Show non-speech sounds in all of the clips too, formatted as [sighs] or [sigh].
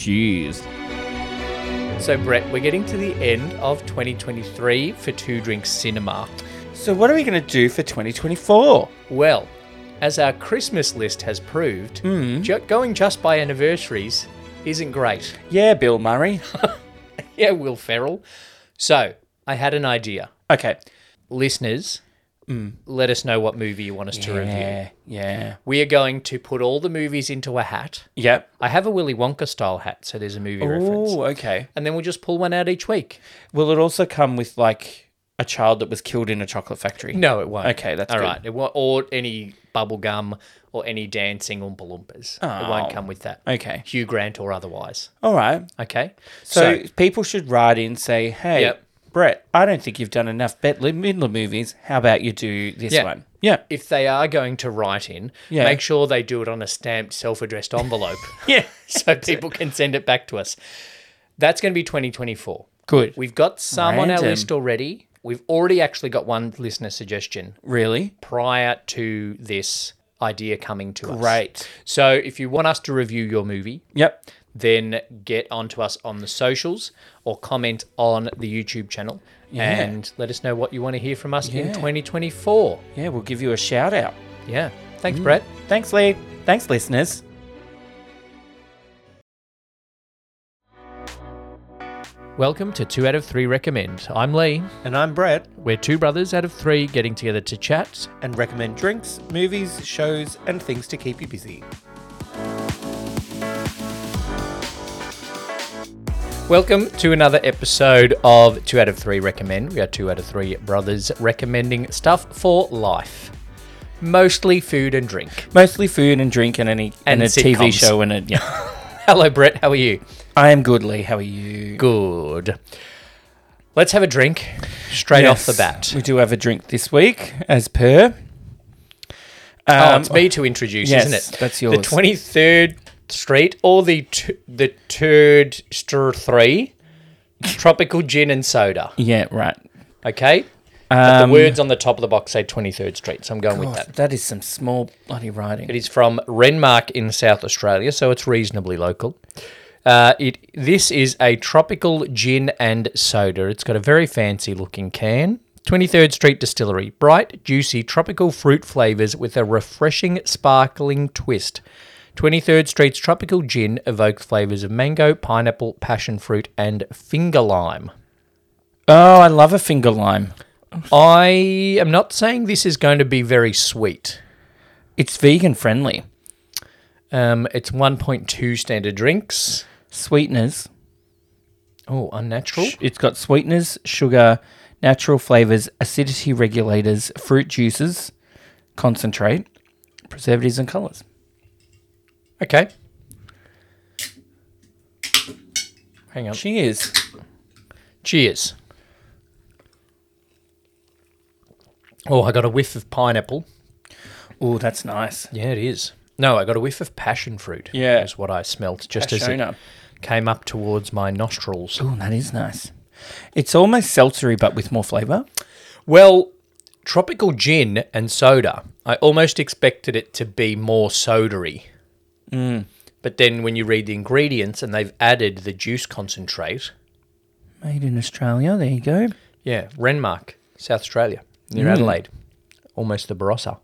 Cheers. So, Brett, we're getting to the end of 2023 for Two Drink Cinema. So, what are we going to do for 2024? Well, as our Christmas list has proved, ju- going just by anniversaries isn't great. [laughs] Yeah, Bill Murray. Yeah, Will Ferrell. So, I had an idea. [laughs] Okay. Listeners, let us know what movie you want us to review. Yeah, yeah. We are going to put all the movies into a hat. Yep. I have a Willy Wonka style hat, so there's a movie reference. Oh, okay. And then we'll just pull one out each week. Will it also come with like a child that was killed in a chocolate factory? No, it won't. Okay, that's all good. right. It won't, or any bubble gum or any dancing Oompa Loompas. It won't come with that. Oh, Okay. Hugh Grant or otherwise. All right. Okay. So, people should write in say, hey, Yep. Brett, I don't think you've done enough Bet Midler movies. How about you do this Yeah. one? Yeah. if they are going to write in, Yeah. make sure they do it on a stamped, self-addressed envelope. [laughs] Yeah. [laughs] so people can send it back to us. That's going to be 2024. Good. We've got some on Random. our list already. We've already actually got one listener suggestion Really? prior to this idea coming to us. Great. So if you want us to review your movie, Yep. then get onto us on the socials or comment on the YouTube channel and let us know what you want to hear from us in Yeah. 2024. Yeah, we'll give you a shout out. Yeah. Thanks, Brett. Thanks, Lee. Thanks, listeners. Welcome to Two Out of Three Recommend. I'm Lee. And I'm Brett, We're two brothers out of three getting together to chat. and recommend drinks, movies, shows, and things to keep you busy. Welcome to another episode of Two Out of Three Recommend. We are two out of three brothers recommending stuff for life, mostly food and drink. [laughs] Mostly food and drink and any and, And a TV sitcoms. show and a [laughs] yeah. Hello, Brett. How are you? I am good, Lee. How are you? Good. Let's have a drink straight off the bat. We do have a drink this week, as per. oh, Um, it's me to introduce, yes, isn't it? that's yours. The twenty third Street or the t- the third stir three, tropical gin and soda. Yeah, right. Okay. But the words on the top of the box say 23rd Street, so I'm going with Um, God, that. that is some small bloody writing. It is from Renmark in South Australia, so it's reasonably local. Uh, it this is a tropical gin and soda. It's got a very fancy looking can. 23rd Street Distillery. Bright, juicy, tropical fruit flavors with a refreshing, sparkling twist. 23rd Street's tropical gin evokes flavors of mango, pineapple, passion fruit, and finger lime. Oh, I love a finger lime. I am not saying this is going to be very sweet. It's vegan friendly. Um, it's 1.2 standard drinks. Sweeteners. Oh, unnatural. It's got sweeteners, sugar, natural flavors, acidity regulators, fruit juices, concentrate, preservatives, and colors. Okay. Hang on. Cheers. Cheers. Oh, I got a whiff of pineapple. Oh, that's nice. Yeah, it is. No, I got a whiff of passion fruit. Yeah. Is what I smelt just as Pashona. it came up towards my nostrils. Oh, that is nice. It's almost seltzery, but with more flavor. Well, tropical gin and soda. I almost expected it to be more sodery. But then when you read the ingredients and they've added the juice concentrate, Made in Australia. There you go. yeah, Renmark, South Australia, near Adelaide, almost the Barossa.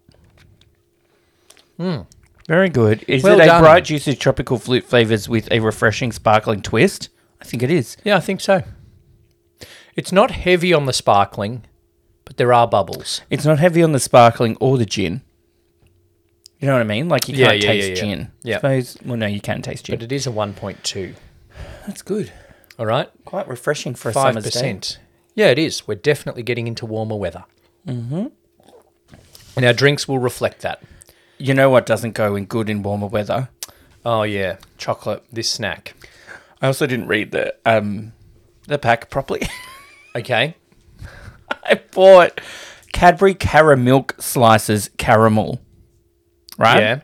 Very good. Is Well it done. a bright, juicy, tropical fruit flavors with a refreshing, sparkling twist? I think it is. Yeah, I think so. It's not heavy on the sparkling, but there are bubbles. It's not heavy on the sparkling or the gin. You know what I mean? Like you Yeah, can't yeah, yeah, taste yeah. gin. Yeah. Suppose, well, no, you can taste But gin. it is a 1.2. That's good. All right? Quite refreshing for a Five summer's day. percent. Yeah, it is. We're definitely getting into warmer weather. Mm-hmm. And our drinks will reflect that. You know what doesn't go in good in warmer weather? Oh yeah, Chocolate. this snack. I also didn't read the um the pack properly. [laughs] Okay. I bought Cadbury Caramilk slices caramel. Right? Yeah.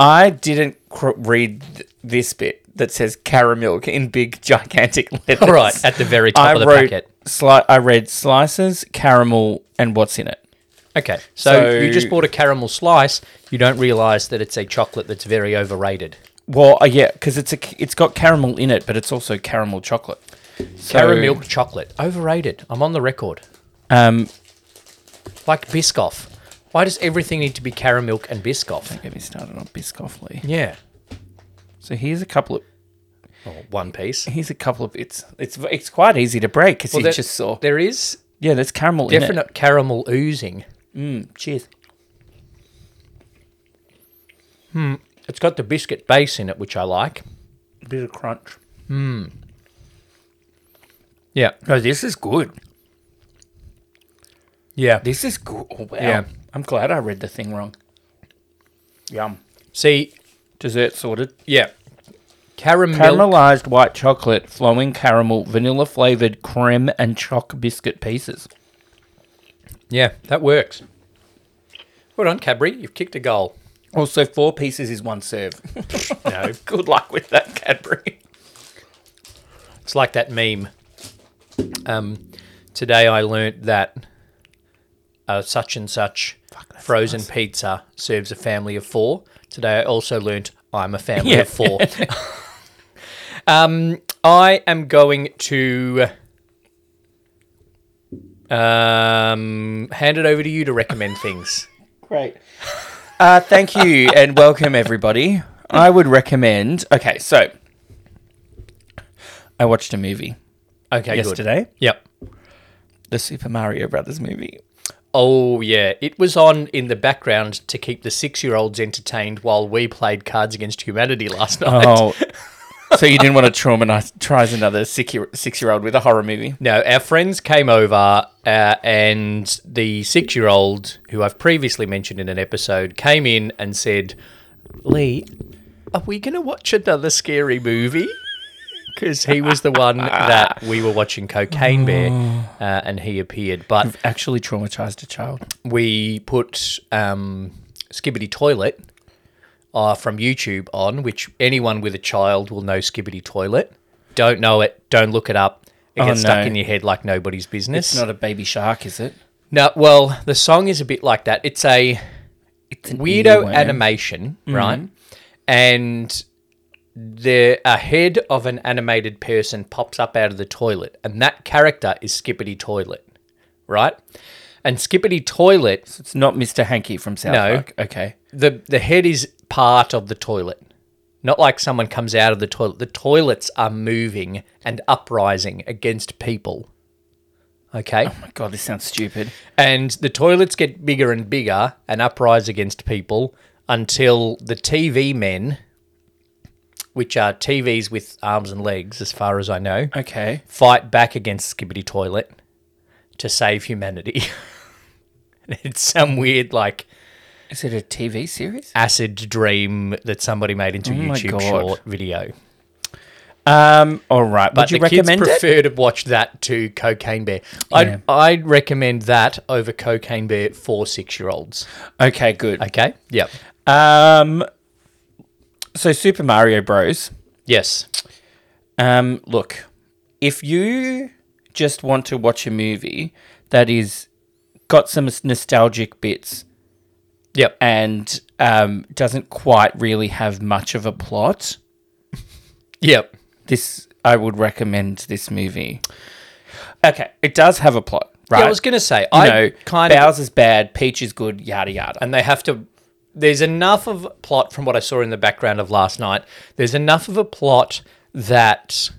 I didn't cr- read th- this bit that says caramilk in big [laughs] gigantic letters. Um, All right. At the very top I of the wrote packet. sli- I read slices, caramel, and what's in it. Okay. So, So- you just bought a caramel slice. You don't realise that it's a chocolate that's very overrated. Well, uh, yeah, because it's a it's got caramel in it, but it's also caramel chocolate. So, Caramel milk chocolate. Overrated. I'm on the record. Um, Like Biscoff. Why does everything need to be caramel milk and Biscoff? don't get me started on Biscoff Lee. Yeah. So here's a couple of Oh, one [laughs] piece. here's a couple of it's it's it's quite easy to break because you there- just saw. There is Yeah, there's caramel in it. definite caramel oozing. Cheers. It's got the biscuit base in it, which I like. Bit of crunch. Yeah. No, Oh, this is good. Yeah. This is good. Oh, wow. Yeah. I'm glad I read the thing wrong. Yum. See, Dessert sorted. yeah. Caramel. Caramelized white chocolate, flowing caramel, vanilla flavored creme and choc biscuit pieces. Yeah, that works. Well done, Cadbury. You've kicked a [laughs] goal. Also, four pieces is one serve. [laughs] No. good luck with that, Cadbury. It's like that meme. Um, today I learnt that uh, such and such frozen pizza serves a family of four. Today I also learnt I'm a family Yeah. of four. [laughs] um, I am going to um, hand it over to you to recommend things. Great. Uh, thank you and welcome, everybody. I would recommend. Okay, so I watched a movie Okay, good. yesterday Yep. the Super Mario Brothers movie. Oh yeah, it was on in the background to keep the six-year-olds entertained while we played Cards Against Humanity last night. [laughs] Oh. [laughs] so you didn't want to traumatize another six year, six year old with a horror movie? No, our friends came over, uh, and the six year old, who I've previously mentioned in an episode, came in and said, Lee, are we going to watch another scary movie? Because he was the one that we were watching Cocaine Bear, uh, and he appeared. But Actually traumatized a child. we put um, Skibbity Toilet uh, from YouTube on, which anyone with a child will know Skibbity Toilet. Don't know it, don't look it up. It Oh, gets stuck no. in your head like nobody's business. It's not a baby shark, is it? No, well, the song is a bit like that. It's a It's an E weirdo earworm. animation, Mm-hmm. right? And the a head of an animated person pops up out of the toilet, and that character is Skippity Toilet, right? And Skippity Toilet, It's not Mr. Hanky from South No. Park. Okay. the the head is part of the toilet. Not like someone comes out of the toilet. The toilets are moving and uprising against people. Okay? Oh My God, this sounds stupid. and the toilets get bigger and bigger and uprise against people until the TV men, which are TVs with arms and legs, as far as I know, Okay. fight back against Skibbity Toilet to save humanity. [laughs] it's some weird like Is it a TV series? acid dream that somebody made into a my YouTube God. short video. Um. All right. But Would you the kids recommend it? prefer to watch that to Cocaine Bear. I'd, I'd recommend that over Cocaine Bear for six year olds. Okay. Good. Okay. Yep. Um. So Super Mario Bros. Yes. Um. Look, if you just want to watch a movie that is got some nostalgic bits Yep. and um, doesn't quite really have much of a plot, Yep. this I would recommend this movie. Okay, it does have a plot, right? Yeah, I was going to say, you I know, kind of. Bowser's bad, Peach is good, yada yada. And they have to. There's enough of plot from what I saw in the background of last night. There's enough of a plot that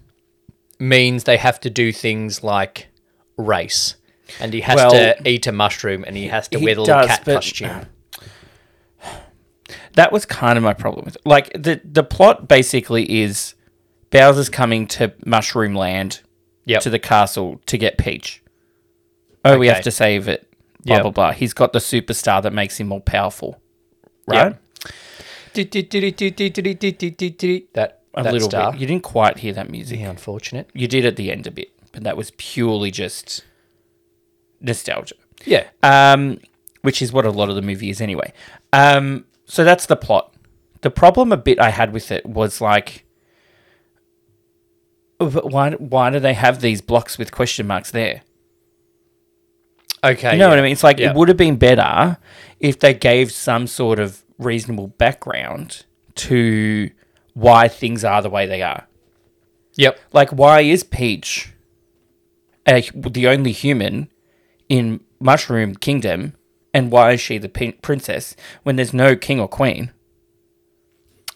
means they have to do things like race. And he has Well, to eat a mushroom and he has to he wear the little does, cat but- uh, costume. That was kind of my problem with it. Like the the plot basically is Bowser's coming to Mushroom Land Yep. to the castle to get Peach. Oh, we Okay. have to save it. Blah Yep. blah blah. He's got the superstar that makes him more powerful. Right? That, A that little star. bit. You didn't quite hear that music. Yeah, unfortunate. You did at the end a bit, but that was purely just nostalgia. Yeah. um, which is what a lot of the movie is anyway. Um, so that's the plot. The problem a bit I had with it was like, "Oh, but why why do they have these blocks with question marks there? Okay. You know yeah. what I mean? It's like Yeah. it would have been better if they gave some sort of reasonable background to why things are the way they are. Yep. Like, why is Peach a, the only human in Mushroom Kingdom, and why is she the pin- princess when there's no king or queen?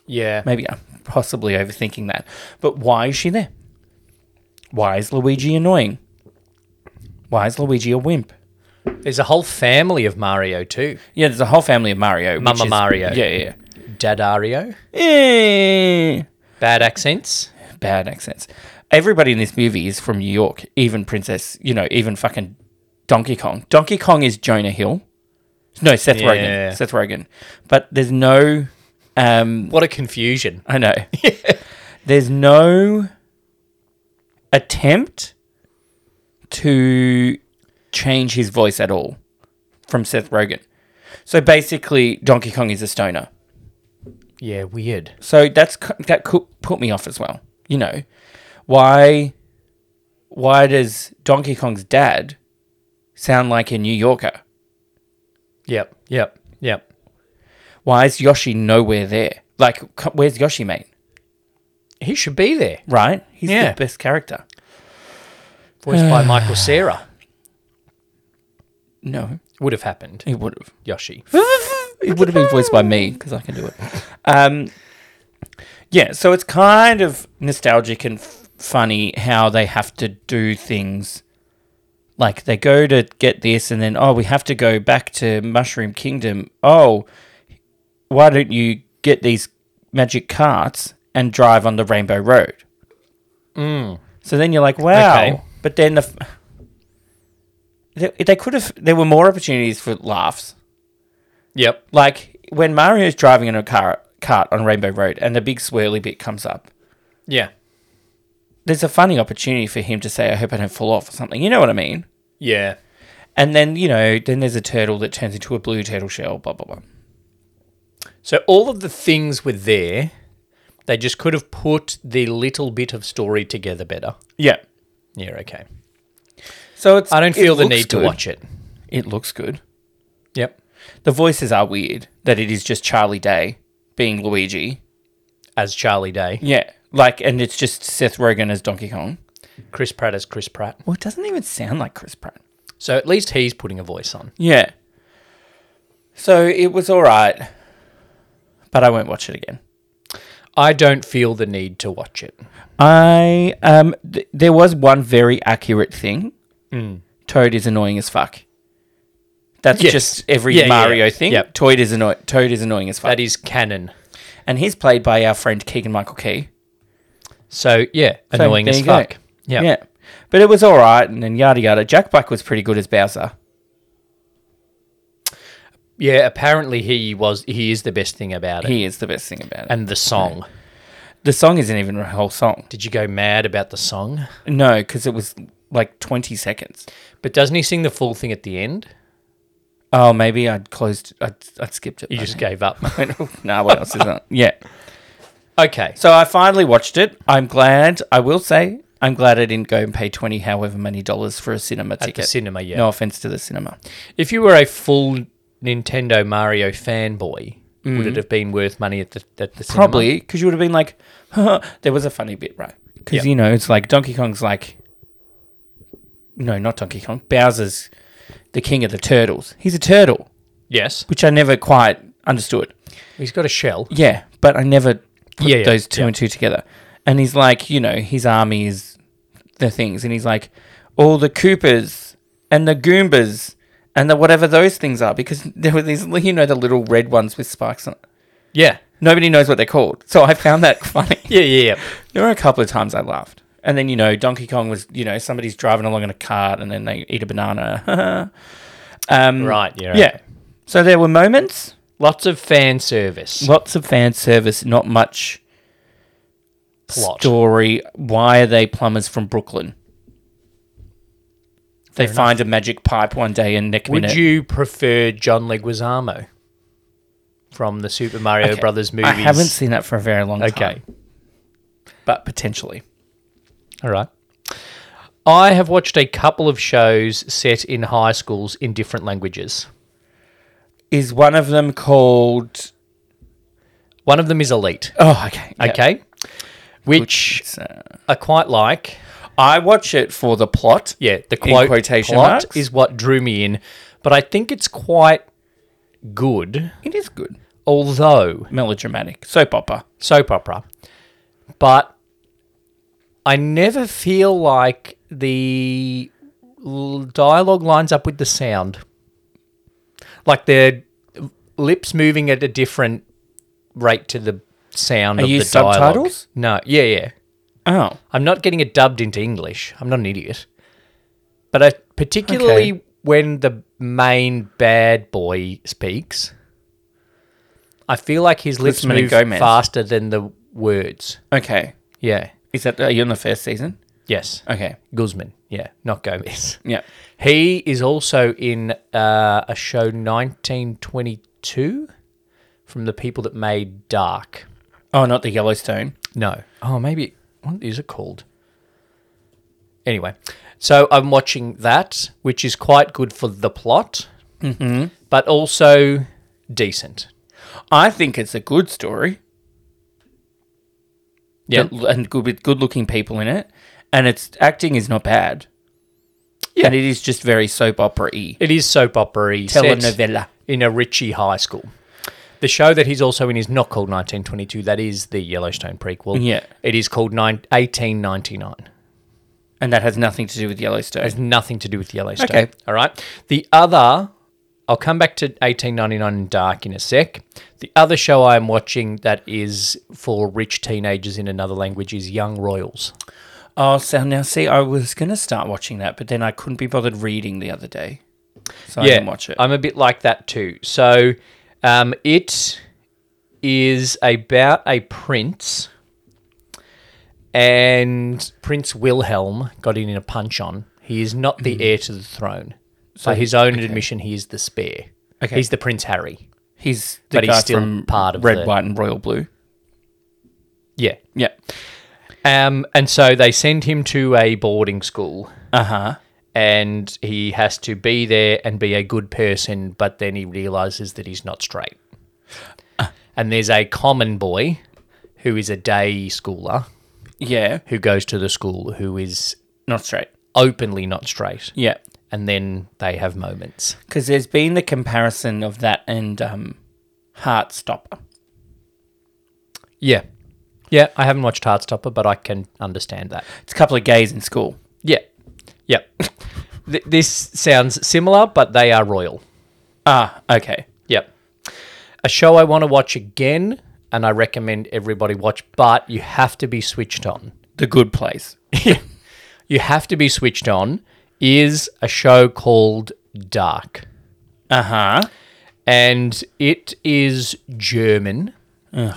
Yeah. Maybe I'm possibly overthinking that, but why is she there? Why is Luigi annoying? Why is Luigi a wimp? There's a whole family of Mario too. Yeah, there's a whole family of Mario. which Mama is- Mario. Yeah, yeah. Dadario. Eh, Bad accents. Bad accents. Everybody in this movie is from New York, even Princess, you know, even fucking Donkey Kong. Donkey Kong is Jonah Hill. No, Seth Yeah. Rogen. Seth Rogen. But there's no um What a confusion. I know. There's no attempt to change his voice at all from Seth Rogen. So basically Donkey Kong is a stoner. Yeah, weird. So that's cu- that could put me off as well. You know, why why does Donkey Kong's dad sound like a New Yorker? Yep. Yep. Yep. Why is Yoshi nowhere there? Like, c- where's Yoshi, mate? He should be there. Right? He's Yeah. the best character. Voiced by [sighs] Michael Sarah. No, Would have happened. he would have. Yoshi. [laughs] it would have been voiced by me because I can do it. Um, yeah, so it's kind of nostalgic and f- funny how they have to do things. Like they go to get this, and then oh, we have to go back to Mushroom Kingdom. Oh, why don't you get these magic carts and drive on the Rainbow Road? So then you're like, wow. Okay. But then the f- they, they could have. There were more opportunities for laughs. Yep. Like when Mario's driving in a car cart on Rainbow Road and the big swirly bit comes up, Yeah. there's a funny opportunity for him to say, I hope I don't fall off or something. You know what I mean? Yeah. And then, you know, then there's a turtle that turns into a blue turtle shell, blah, blah, blah. So all of the things were there. They just could have put the little bit of story together better. Yeah. Yeah, okay. So it's. I don't it feel the looks need good. to watch it. It looks good. Yep. The voices are weird that it is just Charlie Day being Luigi. As Charlie Day. Yeah. Like, and it's just Seth Rogen as Donkey Kong. Chris Pratt as Chris Pratt. Well, it doesn't even sound like Chris Pratt. So at least he's putting a voice on. Yeah. So it was all right, but I won't watch it again. I don't feel the need to watch it. I um, th- there was one very accurate thing. Toad is annoying as fuck. That's Mm. Yes. just every Yeah, yeah, Mario yeah. thing. Yep. Toad is annoying. Toad is annoying as fuck, That is canon. and he's played by our friend Keegan Michael Key. So yeah, So annoying there as you go. fuck. Yeah. yeah. But it was all right, and then yada yada. Jack Black was pretty good as Bowser. Yeah, apparently he was he is the best thing about it. He is the best thing about it. And and the song. the song isn't even a whole song. Did you go mad about the song? No, because it was like twenty seconds. But doesn't he sing the full thing at the end? Oh, maybe I'd closed. I'd, I'd skipped it. You just gave up. [laughs] [laughs] nah. What else is that? Yeah. okay. So I finally watched it. I'm glad. I will say, I'm glad I didn't go and pay twenty, however many dollars for a cinema At the ticket. cinema, yeah. No offense to the cinema. If you were a full Nintendo Mario fanboy, would it have been worth money at the at the cinema? Mm. Probably because you would have been like, [laughs] there was a funny bit, right? Because Yeah. you know, it's like Donkey Kong's like, no, not Donkey Kong. Bowser's the king of the turtles. He's a turtle, Yes. which I never quite understood. He's got a shell. Yeah, but I never put Yeah, yeah, those two yeah. and two together. And he's like, you know, his army is the things, and he's like, all the Coopers and the Goombas and the whatever those things are, because [laughs] there were these, you know, the little red ones with spikes on. it. Yeah. Nobody knows what they're called, so I found that [laughs] funny. Yeah, yeah, yeah. There were a couple of times I laughed, and then you know, Donkey Kong was, you know, somebody's driving along in a cart, and then they eat a banana. [laughs] [laughs] um, Right, yeah. right. Yeah. So there were moments Lots of fan service. lots of fan service, not much Plot. story. Why are they plumbers from Brooklyn? They find a magic pipe one day and nick 'em in Would it. you prefer John Leguizamo from the Super Mario Okay. Brothers movies? I haven't seen that for a very long Okay. time. But potentially. All right. I have watched a couple of shows set in high schools in different languages. Is one of them called One of them is Elite. Oh, okay. yeah. Okay. Which It's, uh, I quite like. I watch it for the plot. Yeah, the quote quotation plot marks. is what drew me in, but I think it's quite good, It is good. although Melodramatic. Soap opera. soap opera. But I never feel like the l- dialogue lines up with the sound. Like their lips moving at a different rate to the sound of you the dialogue. subtitles? No, yeah, yeah. Oh. I'm not getting it dubbed into English. I'm not an idiot. But I, particularly when the main bad boy speaks, I feel like his lips Lin-Manuel move Gomez. faster than the words. Okay. Yeah. Is that are you on the first season? Yes. Okay. Guzman. Yeah. Not Gomez. [laughs] Yeah. He is also in uh, a show 1922 from the people that made Dark. Oh, not the Yellowstone. No. Oh, maybe. What is it called? Anyway, so I'm watching that, which is quite good for the plot, mm-hmm. but also decent. I think it's a good story. Yeah. That- and good with good looking people in it, and its acting is not bad. Yeah. And it is just very soap opera y. It is soap opera Telenovela. in a Ritchie high school. The show that he's also in is not called 1922. That is the Yellowstone prequel. Yeah. It is called nine, 1899. And that has nothing to do with Yellowstone. has nothing to do with Yellowstone. Okay. All right. The other, I'll come back to 1899 and Dark in a sec. The other show I am watching that is for rich teenagers in another language is Young Royals. Oh, so now see, I was gonna start watching that, but then I couldn't be bothered reading the other day, so I didn't watch it. I'm a bit like that too. So um, it is about a prince, and Prince Wilhelm got in in a punch on. He is not Mm. the heir to the throne. So, his own admission, he is the spare. Okay. He's the Prince Harry. He's the but guy he's still from part of Red, the- White, and Royal Blue. Yeah. Yeah. Um, and so they send him to a boarding school, Uh huh. and he has to be there and be a good person, but then he realizes that he's not straight. And there's a common boy who is a day schooler Yeah. who goes to the school who is Not straight. openly not straight. Yeah. And then they have moments. Because there's been the comparison of that and um, Heartstopper. Yeah. Yeah, I haven't watched Heartstopper, but I can understand that. It's a couple of gays in school. Yeah. Yep. [laughs] Th- this sounds similar, but they are royal. Ah, okay. Yep. A show I want to watch again, and I recommend everybody watch, but you have to be switched on. The Good Place. [laughs] You have to be switched on is a show called Dark. Uh huh. And it is German.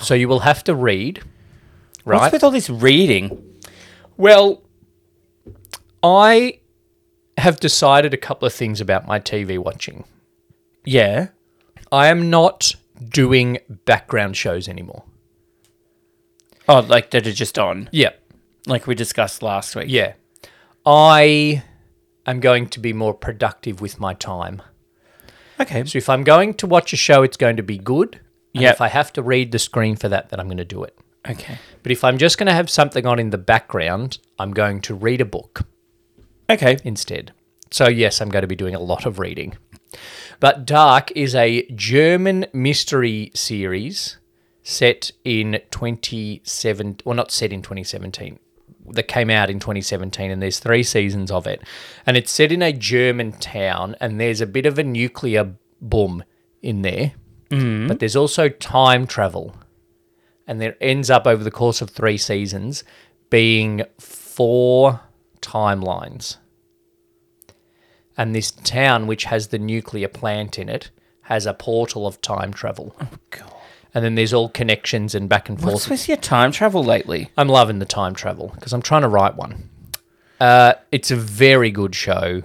So you will have to read, What's right? with all this reading? Well, I have decided a couple of things about my TV watching. Yeah. I am not doing background shows anymore. Oh, like that are just on, Yeah. like we discussed last week. Yeah. I am going to be more productive with my time. Okay. So if I'm going to watch a show, it's going to be good. And Yep. if I have to read the screen for that, then I'm going to do it. Okay. But if I'm just going to have something on in the background, I'm going to read a book Okay. instead. So yes, I'm going to be doing a lot of reading. But Dark is a German mystery series set in 2017, well not set in 2017. That came out in 2017 and there's 3 seasons of it. And it's set in a German town and there's a bit of a nuclear boom in there. But there's also time travel. And there ends up over the course of 3 seasons being four timelines and this town which has the nuclear plant in it has a portal of time travel Oh, God. and then there's all connections and back and What's forth with your time travel lately? i'm loving the time travel because i'm trying to write one uh, it's a very good show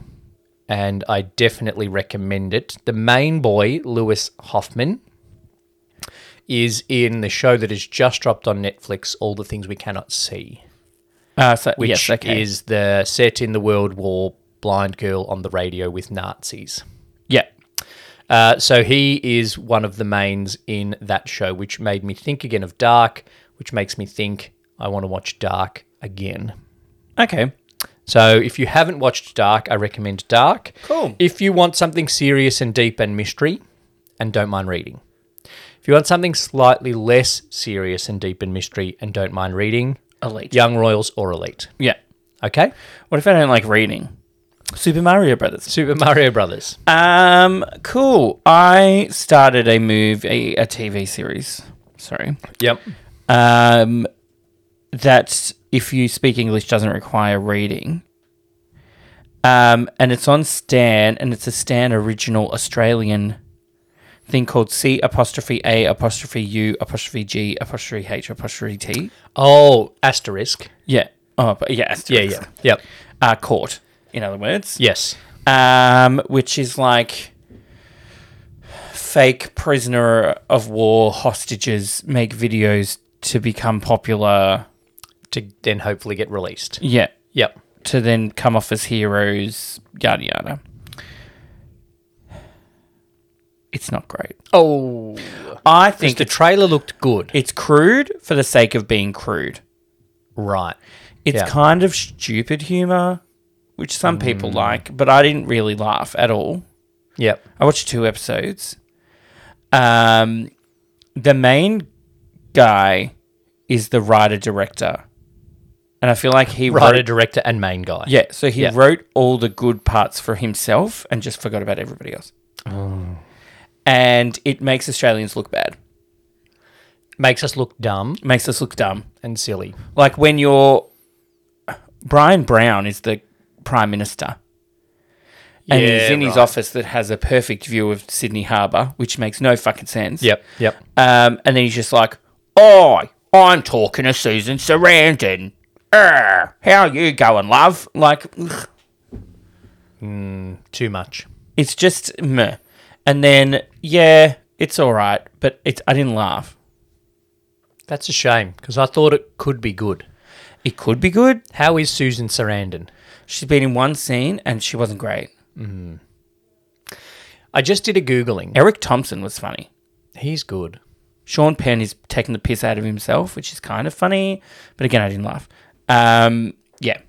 and i definitely recommend it the main boy lewis hoffman is in the show that has just dropped on netflix all the things we cannot see Uh, so, which yes, okay. is the set in the world war blind girl on the radio with nazis yeah. Uh, so he is one of the mains in that show, which made me think again of Dark, which makes me think I want to watch Dark again. Okay. So if you haven't watched Dark, I recommend Dark. Cool. If you want something serious and deep and mystery, and don't mind reading. If you want something slightly less serious and deep and mystery and don't mind reading, Elite. Young Royals or Elite. Yeah. Okay? What if I don't like reading? Super Mario Brothers. Super Mario Brothers. Um, cool. I started a movie, a TV series. Sorry. Yep. um, that if you speak English doesn't require reading. Um, and it's on Stan, and it's a Stan original Australian thing called C apostrophe A apostrophe U apostrophe G apostrophe H apostrophe T. Oh, asterisk. Yeah. Oh, but yeah. Yeah, Asterisk. [laughs] yeah. Yep. Uh, court, in other words Yes. um, which is like fake prisoner of war hostages make videos to become popular. To then hopefully get released. Yeah, Yep. to then come off as heroes. Yada yada. It's not great. Oh. I think The trailer looked good. it's crude for the sake of being crude. Right. It's Yeah. Mm. kind of stupid humor, which some people like, but I didn't really laugh at all. Yep. I watched two episodes. Um, the main guy is the writer director, and I feel like he Writer, wrote. director, and main guy. Yeah, so he Yeah. wrote all the good parts for himself and just forgot about everybody else. Oh. And it makes Australians look bad. Makes us look dumb It makes us look dumb. and silly. Like when you're Brian Brown is the prime minister. And he's in his right. office that has a perfect view of Sydney Harbour, which makes no fucking sense. Yep. Yep. Um, and then he's just like, "Oi, I'm talking to Susan Sarandon. Er, how you going, love?" Like, ugh, Too much. it's just meh. And then yeah, it's all right, but it's I didn't laugh. That's a shame because I thought it could be good. It could be good. How is Susan Sarandon? She's been in one scene and she wasn't great. I just did a googling. Eric Thompson was funny. He's good. Sean Penn is taking the piss out of himself, which is kind of funny, but again, I didn't laugh. Um, yeah,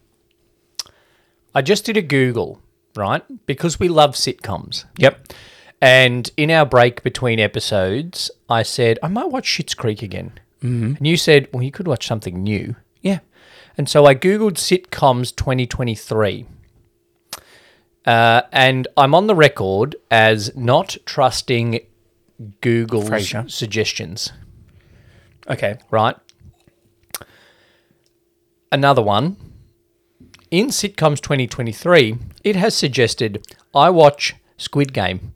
I just did a Google, right? Because we love sitcoms. yep. And in our break between episodes, I said, I might watch Shits Creek again. Mm-hmm. And you said, well, you could watch something new. Yeah. And so I Googled sitcoms 2023. Uh, and I'm on the record as not trusting Google's Frasier. suggestions, Okay. right? Another one. In Sitcoms 2023, it has suggested I watch Squid Game.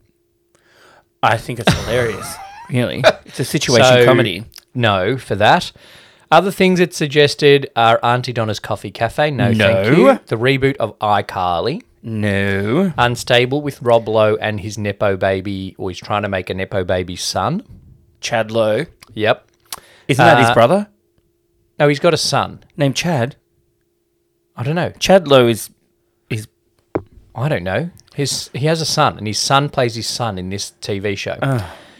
I think it's [laughs] hilarious. really, it's a situation So, comedy. No, for that. Other things it's suggested are Auntie Donna's Coffee Cafe. No, No. thank you. The reboot of iCarly. No. Unstable with Rob Lowe and his Nepo baby, or he's trying to make a Nepo baby son. Chad Lowe. Yep. Isn't that his Uh, brother? No, he's got a son. Named Chad. I don't know. Chad Lowe is is I don't know. His he has a son, and his son plays his son in this TV show.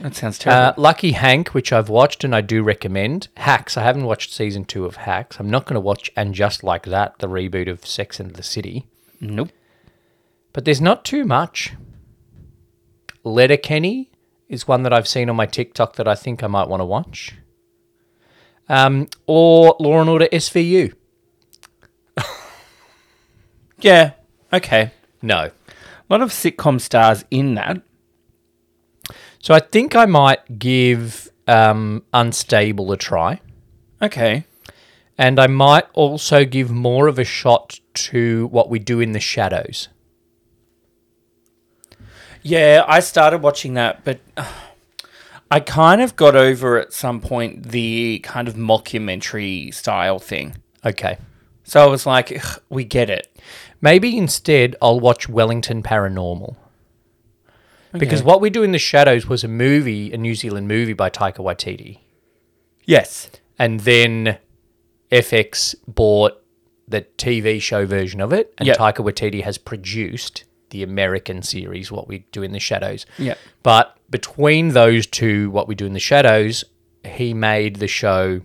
that sounds Uh, terrible. Lucky Hank, which I've watched and I do recommend. Hacks. I haven't watched season two of Hacks. I'm not going to watch And Just Like That, the reboot of Sex and the City. nope. But there's not too much. Letterkenny is one that I've seen on my TikTok that I think I might want to watch. Um, or Law and Order SVU. Yeah. Okay. No. A lot of sitcom stars in that. So I think I might give um, Unstable a try. Okay. And I might also give more of a shot to what we do in the shadows. Yeah, I started watching that, but uh, I kind of got over at some point the kind of mockumentary style thing. Okay. So I was like, "Ugh, we get it. Maybe instead I'll watch Wellington Paranormal. Because what we do in the shadows was a movie, a New Zealand movie by Taika Waititi. Yes. and then FX bought the TV show version of it, and Yep. Taika Waititi has produced the American series, What We Do in the Shadows. Yeah. But between those two, What We Do in the Shadows, he made the show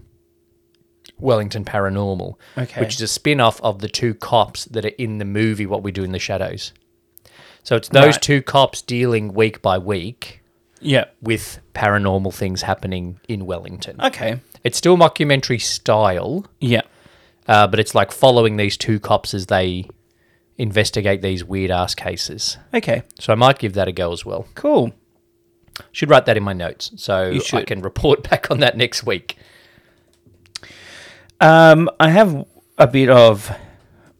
Wellington Paranormal, Okay. which is a spin off of the two cops that are in the movie What We Do in the Shadows. So it's those Right. two cops dealing week by week Yeah. with paranormal things happening in Wellington. Okay. It's still mockumentary style, Yeah. uh, but it's like following these two cops as they investigate these weird ass cases. Okay. So I might give that a go as well. Cool. Should write that in my notes so I should. can report [laughs] back on that next week. Um, I have a bit of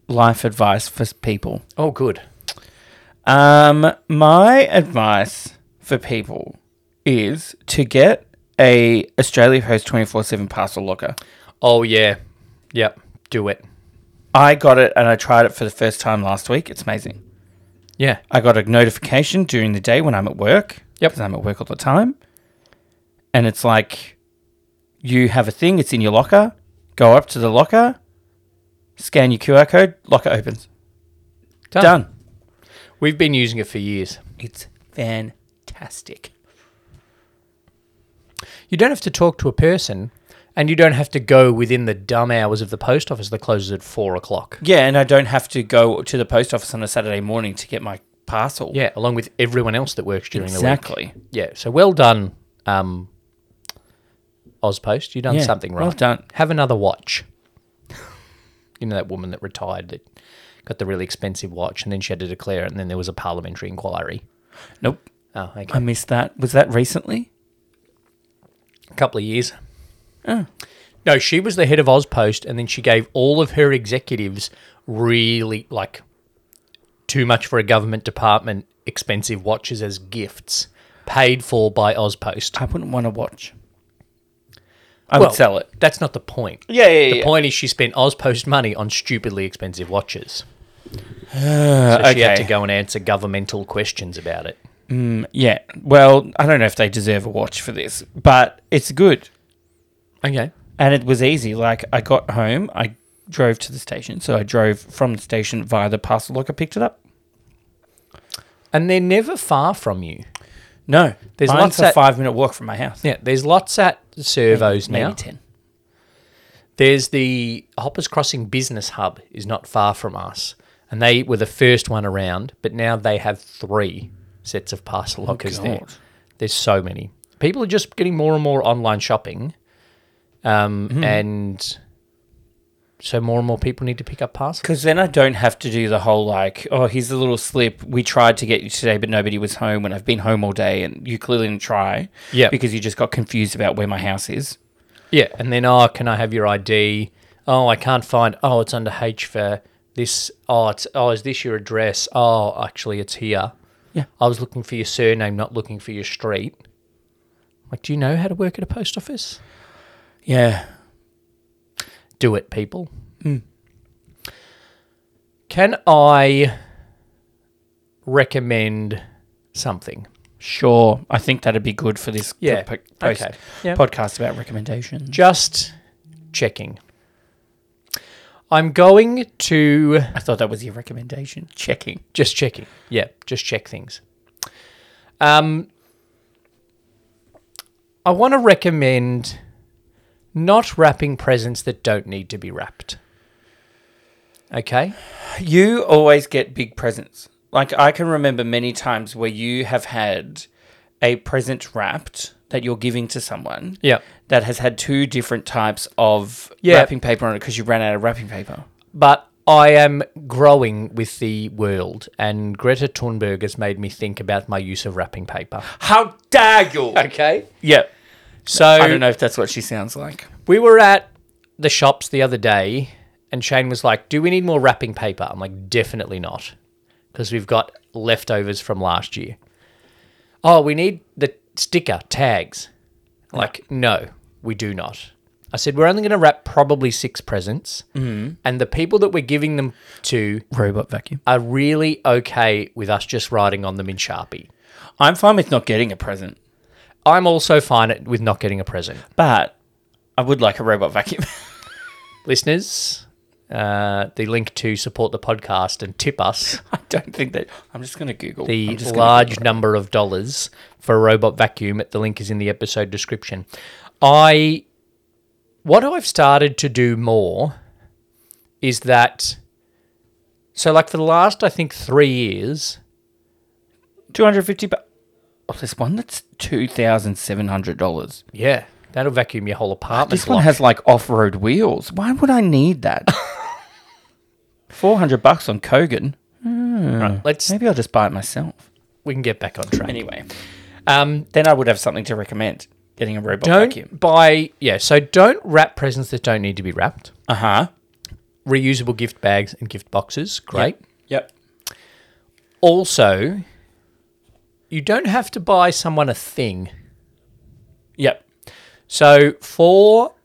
life advice for s- people. Oh, good. Um, my advice for people is to get a Australia Post twenty four seven parcel locker. Oh yeah, yep. Do it. I got it and I tried it for the first time last week. It's amazing. Yeah. I got a notification during the day when I'm at work. Yep. Because I'm at work all the time. And it's like, you have a thing, it's in your locker. Go up to the locker, scan your QR code, locker opens. Done. Done. We've been using it for years. It's fantastic. You don't have to talk to a person, and you don't have to go within the dumb hours of the post office that closes at four o'clock. Yeah, and I don't have to go to the post office on a Saturday morning to get my parcel. Yeah, along with everyone else that works during exactly. the week. Yeah. So well done, um, Ozpost. You've done Yeah, something right. well done. Have another watch. [laughs] you know that woman that retired that got the really expensive watch, and then she had to declare it, and then there was a parliamentary inquiry. Nope. Oh, okay. I missed that. Was that recently? a couple of years. oh. No, she was the head of Ozpost, and then she gave all of her executives really like too much for a government department, expensive watches as gifts, paid for by Ozpost. I wouldn't want to watch. I Well, would sell it. That's not the point. Yeah, yeah, The point is she spent Ozpost money on stupidly expensive watches. Uh, So she had okay. to go and answer governmental questions about it. Yeah. Well, I don't know if they deserve a watch for this, but it's good. Okay. And it was easy. Like, I got home, I drove to the station. So I drove from the station via the parcel locker, picked it up. And they're never far from you. No. There's There's lots Mine's a that- five minute walk from my house. Yeah, there's lots at servos Maybe now. 10. There's the Hoppers Crossing Business Hub is not far from us, and they were the first one around, but now they have three sets of parcel lockers there. God. There's so many. People are just getting more and more online shopping, um, and so more and more people need to pick up parcels. Because then I don't have to do the whole like, oh, here's a little slip. We tried to get you today, but nobody was home, and I've been home all day, and you clearly didn't try. Yeah. Because you just got confused about where my house is. Yeah, and then oh, can I have your ID? Oh, I can't find. Oh, it's under H for this. Oh, it's oh, is this your address? Oh, actually, it's here. Yeah. I was looking for your surname, not looking for your street. Like, do you know how to work at a post office? Yeah. Do it, people. Can I recommend something? Sure. I think that'd be good for this Yeah. po- post- Okay. Yeah. podcast about recommendations. Just checking. I'm going to I thought that was your recommendation. Checking. Just checking. Yeah, just check things. Um, I want to recommend not wrapping presents that don't need to be wrapped. Okay. You always get big presents. Like I can remember many times where you have had a present wrapped that you're giving to someone Yeah. that has had two different types of Yeah. wrapping paper on it because you ran out of wrapping paper. But I am growing with the world, and Greta Thunberg has made me think about my use of wrapping paper. How dare [laughs] you? Okay. yeah. So I don't know if that's what she sounds like. We were at the shops the other day, and Shane was like, Do we need more wrapping paper? I'm like, Definitely not, because we've got leftovers from last year. Oh, we need the sticker tags. I'm Like, no, we do not. I said, We're only going to wrap probably six presents, and the people that we're giving them to Robot vacuum. are really okay with us just writing on them in Sharpie. I'm fine with not getting a present, I'm also fine at- with not getting a present. but I would like a robot vacuum. Listeners, uh, the link to support the podcast and tip us [laughs] I don't think that. I'm just going to Google. the I'm just gonna large Google number of dollars for a robot vacuum. The link is in the episode description. I what I've started to do more is that so like for the last I think 3 years it. 250 bu- Oh, there's one that's $2,700. yeah that'll vacuum your whole apartment This one block. has like off road wheels. Why would I need that? [laughs] 400 bucks on Kogan. let's Maybe I'll just buy it myself. we can get back on track Anyway, um then I would have something to recommend getting a robot don't vacuum. buy yeah so don't wrap presents that don't need to be wrapped Uh Uh-huh. huh. reusable gift bags and gift boxes great Yep. also you don't have to buy someone a thing Yep. So for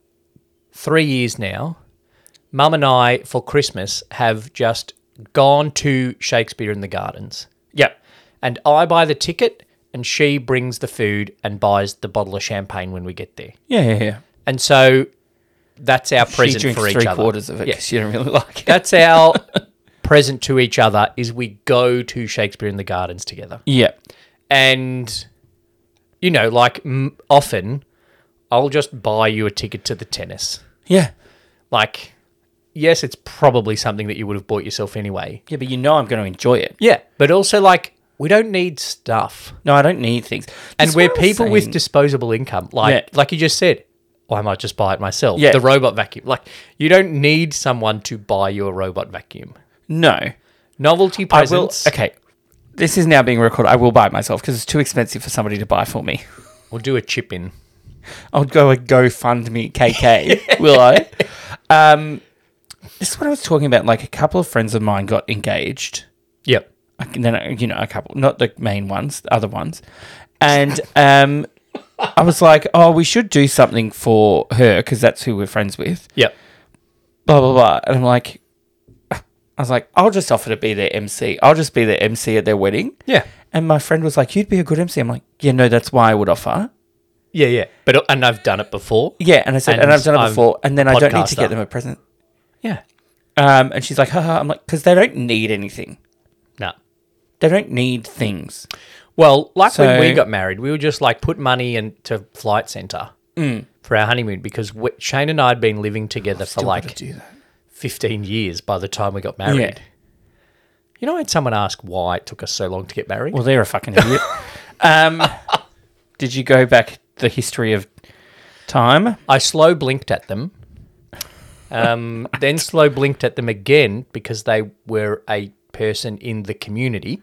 three years now, Mum and I for Christmas have just gone to Shakespeare in the Gardens, Yep. and I buy the ticket, and she brings the food and buys the bottle of champagne when we get there. Yeah, yeah, yeah. And so that's our she present drinks for each three other. quarters of it Yes, because you don't really [laughs] like it. that's our [laughs] present to each other is we go to Shakespeare in the Gardens together. Yeah. and you know like m- often i'll just buy you a ticket to the tennis Yeah. like yes it's probably something that you would have bought yourself anyway Yeah, but you know I'm going to enjoy it. yeah but also like we don't need stuff No, I don't need things. and That's we're what I'm people with saying. disposable income like Yeah. like you just said oh, i might just buy it myself Yeah. the robot vacuum like you don't need someone to buy you a robot vacuum no. novelty I will. presents Okay. This is now being recorded. I will buy it myself because it's too expensive for somebody to buy for me. we'll do a chip in I'll go a GoFundMe [laughs] KK, will I? Um, this is what I was talking about. Like a couple of friends of mine got engaged. yep I can- then uh, you know a couple, not the main ones, the other ones, and um, I was like, oh, we should do something for her because that's who we're friends with. yep Blah blah blah, and I'm like, I was like, I'll just offer to be their MC. I'll just be their MC at their wedding. yeah And my friend was like, you'd be a good MC. I'm like, yeah, no, that's why I would offer. yeah yeah but uh, and i've done it before Yeah, and I said, and, And I've done I'm it before, and then I don't need to podcaster. get them a present. yeah Um, and she's like, haha. I'm like, because they don't need anything. no They don't need things. Well, like when we So- got married, we were just like put money into flight center Mm. for our honeymoon because we, Shane and I had been living together for like do that. 15 years by the time we got married. Yeah. You know, I had someone ask why it took us so long to get married. Well, they're a fucking [laughs] idiot. um, did you go back the history of time? I slow blinked at them, um, [laughs] then slow blinked at them again because they were a person in the community.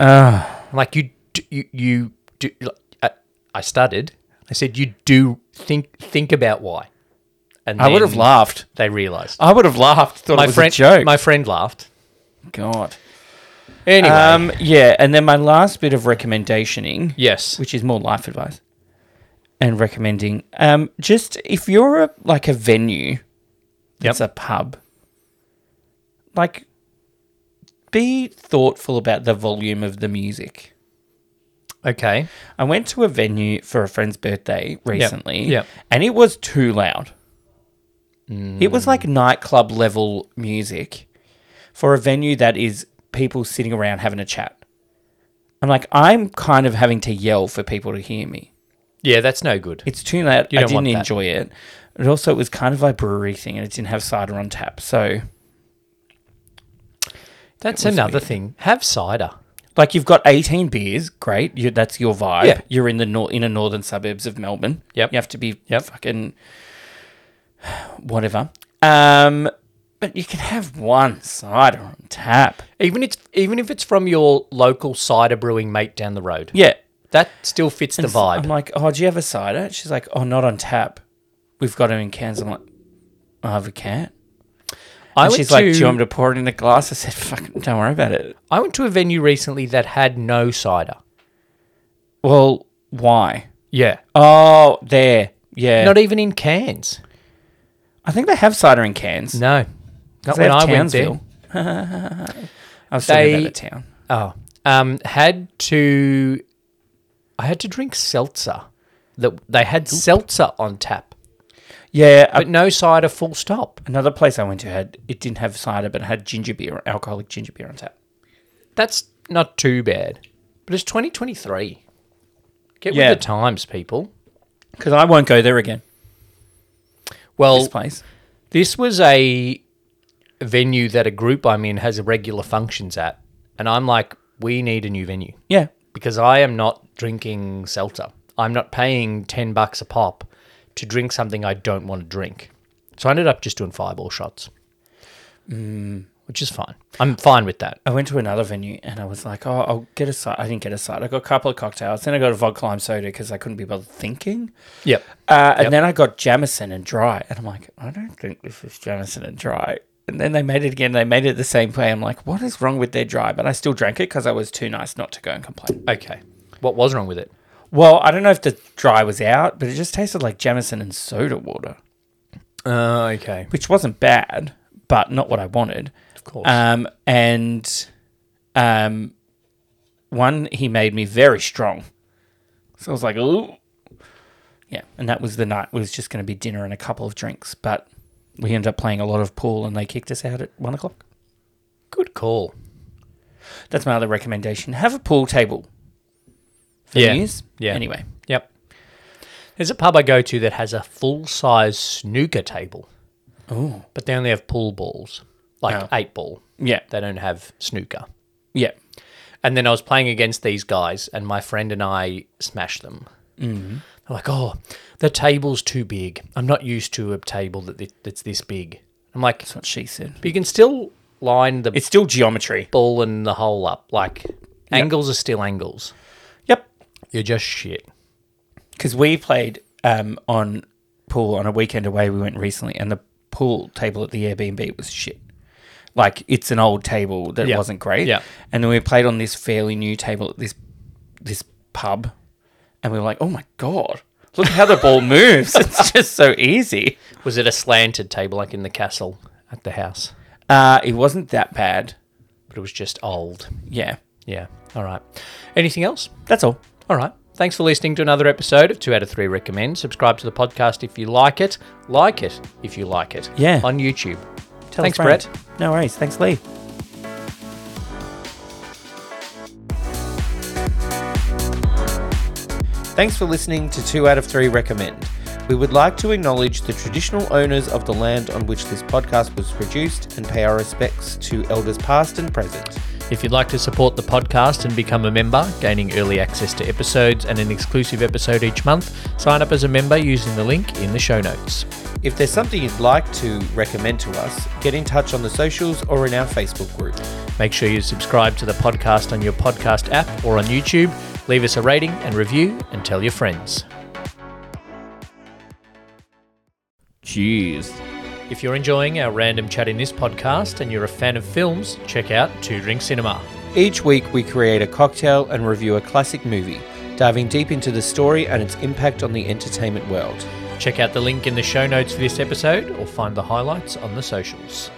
Ah. I'm like you, d- you, you do. I, I stuttered. I said, "You do think think about why." And I would have then laughed. They realised. I would have laughed. Thought my it was friend, a joke. my friend laughed. God. Anyway, Um, yeah, and then my last bit of recommendationing, yes, which is more life advice, and recommending. Um, just if you're a, like a venue, that's a pub. Like, be thoughtful about the volume of the music. okay, I went to a venue for a friend's birthday recently, Yep. Mm. and it was too loud. It was like nightclub level music for a venue that is people sitting around having a chat. I'm like, I'm kind of having to yell for people to hear me. yeah, that's no good. It's too loud. I don't didn't want that. enjoy it. It also it was kind of like brewery thing, and it didn't have cider on tap. So, That's another thing. Have cider. like, you've got 18 beers, great. You, that's your vibe. Yeah. You're in the nor- inner northern suburbs of Melbourne. Yep. You have to be Yep. fucking whatever. Um, but you can have one cider on tap. Even it's even if it's from your local cider brewing mate down the road, Yeah. that still fits the vibe. I'm like, oh, do you have a cider? She's like, oh, not on tap. We've got them in cans. I'm like, I have a can. I And went she's like, do to- you want me to pour it in a glass? I said, fuck, don't worry about it. I went to a venue recently that had no cider. Well, why? Yeah. Oh, there. Yeah. Not even in cans. I think they have cider in cans. No. Not they when have I went there. Townsville. [laughs] I was talking They- about a town. Oh. Um, had to I had to drink seltzer. That they had seltzer on tap. Yeah, a- but no cider full stop. another place I went to had it didn't have cider, but it had ginger beer, alcoholic ginger beer on tap. That's not too bad. But it's 2023. Get Yeah. with the times, people. Because I won't go there again. Well, This place. This was a venue that a group I'm in has regular functions at. And I'm like, we need a new venue Yeah, because I am not drinking seltzer. I'm not paying 10 bucks a pop to drink something I don't want to drink. So I ended up just doing fireball shots, which is fine. I'm fine with that. I went to another venue and I was like, oh, I'll get a side. I didn't get a side. I got a couple of cocktails. Then I got a vodka lime soda because I couldn't be bothered thinking. Yep. Uh, And then I got Jamison and dry. And I'm like, I don't think this is Jamison and dry. And then they made it again. They made it the same way. I'm like, what is wrong with their dry? But I still drank it because I was too nice not to go and complain. Okay. What was wrong with it? Well, I don't know if the dry was out, but it just tasted like Jamison and soda water, Uh, okay. which wasn't bad, but not what I wanted. Of course. Um, and um, one he made me very strong. So I was like, ooh. Yeah, and that was the night. It was just going to be dinner and a couple of drinks, but we ended up playing a lot of pool, and they kicked us out at one o'clock. Good call. That's my other recommendation: have a pool table. For Yeah, news. yeah. Anyway, Yep. There's a pub I go to that has a full size snooker table. oh but they only have pool balls, like Oh. eight ball. yeah, They don't have snooker. yeah. And then I was playing against these guys, and my friend and I smashed them. mm They're like, "Oh, the table's too big. I'm not used to a table that thi- that's this big." I'm like, That's what she said. "But you can still line the It's still geometry. ball and the hole up. Like angles are still angles. Yep. You're just shit." because we played um, on pool on a weekend away we went recently, and the pool table at the Airbnb was shit. Like it's an old table that Yeah. wasn't great. Yeah. And then we played on this fairly new table at this this pub, and we were like, oh my god, look how the ball [laughs] moves! It's just so easy. Was it a slanted table like in the castle at the house? Uh, it wasn't that bad. But it was just old. Yeah, Yeah. All right. Anything else? that's all. All right. Thanks for listening to another episode of Two Out of Three Recommend. Subscribe to the podcast if you like it. Like it if you like it. Yeah. On YouTube. Tell a Thanks, friend. Brett. No worries. Thanks, Lee. Thanks for listening to 2 out of 3 Recommend. We would like to acknowledge the traditional owners of the land on which this podcast was produced and pay our respects to elders past and present. If you'd like to support the podcast and become a member, gaining early access to episodes and an exclusive episode each month, sign up as a member using the link in the show notes. If there's something you'd like to recommend to us, get in touch on the socials or in our Facebook group. Make sure you subscribe to the podcast on your podcast app or on YouTube. Leave us a rating and review and tell your friends. Cheers. If you're enjoying our random chat in this podcast and you're a fan of films, check out Two Drink Cinema. Each week, we create a cocktail and review a classic movie, diving deep into the story and its impact on the entertainment world. Check out the link in the show notes for this episode or find the highlights on the socials.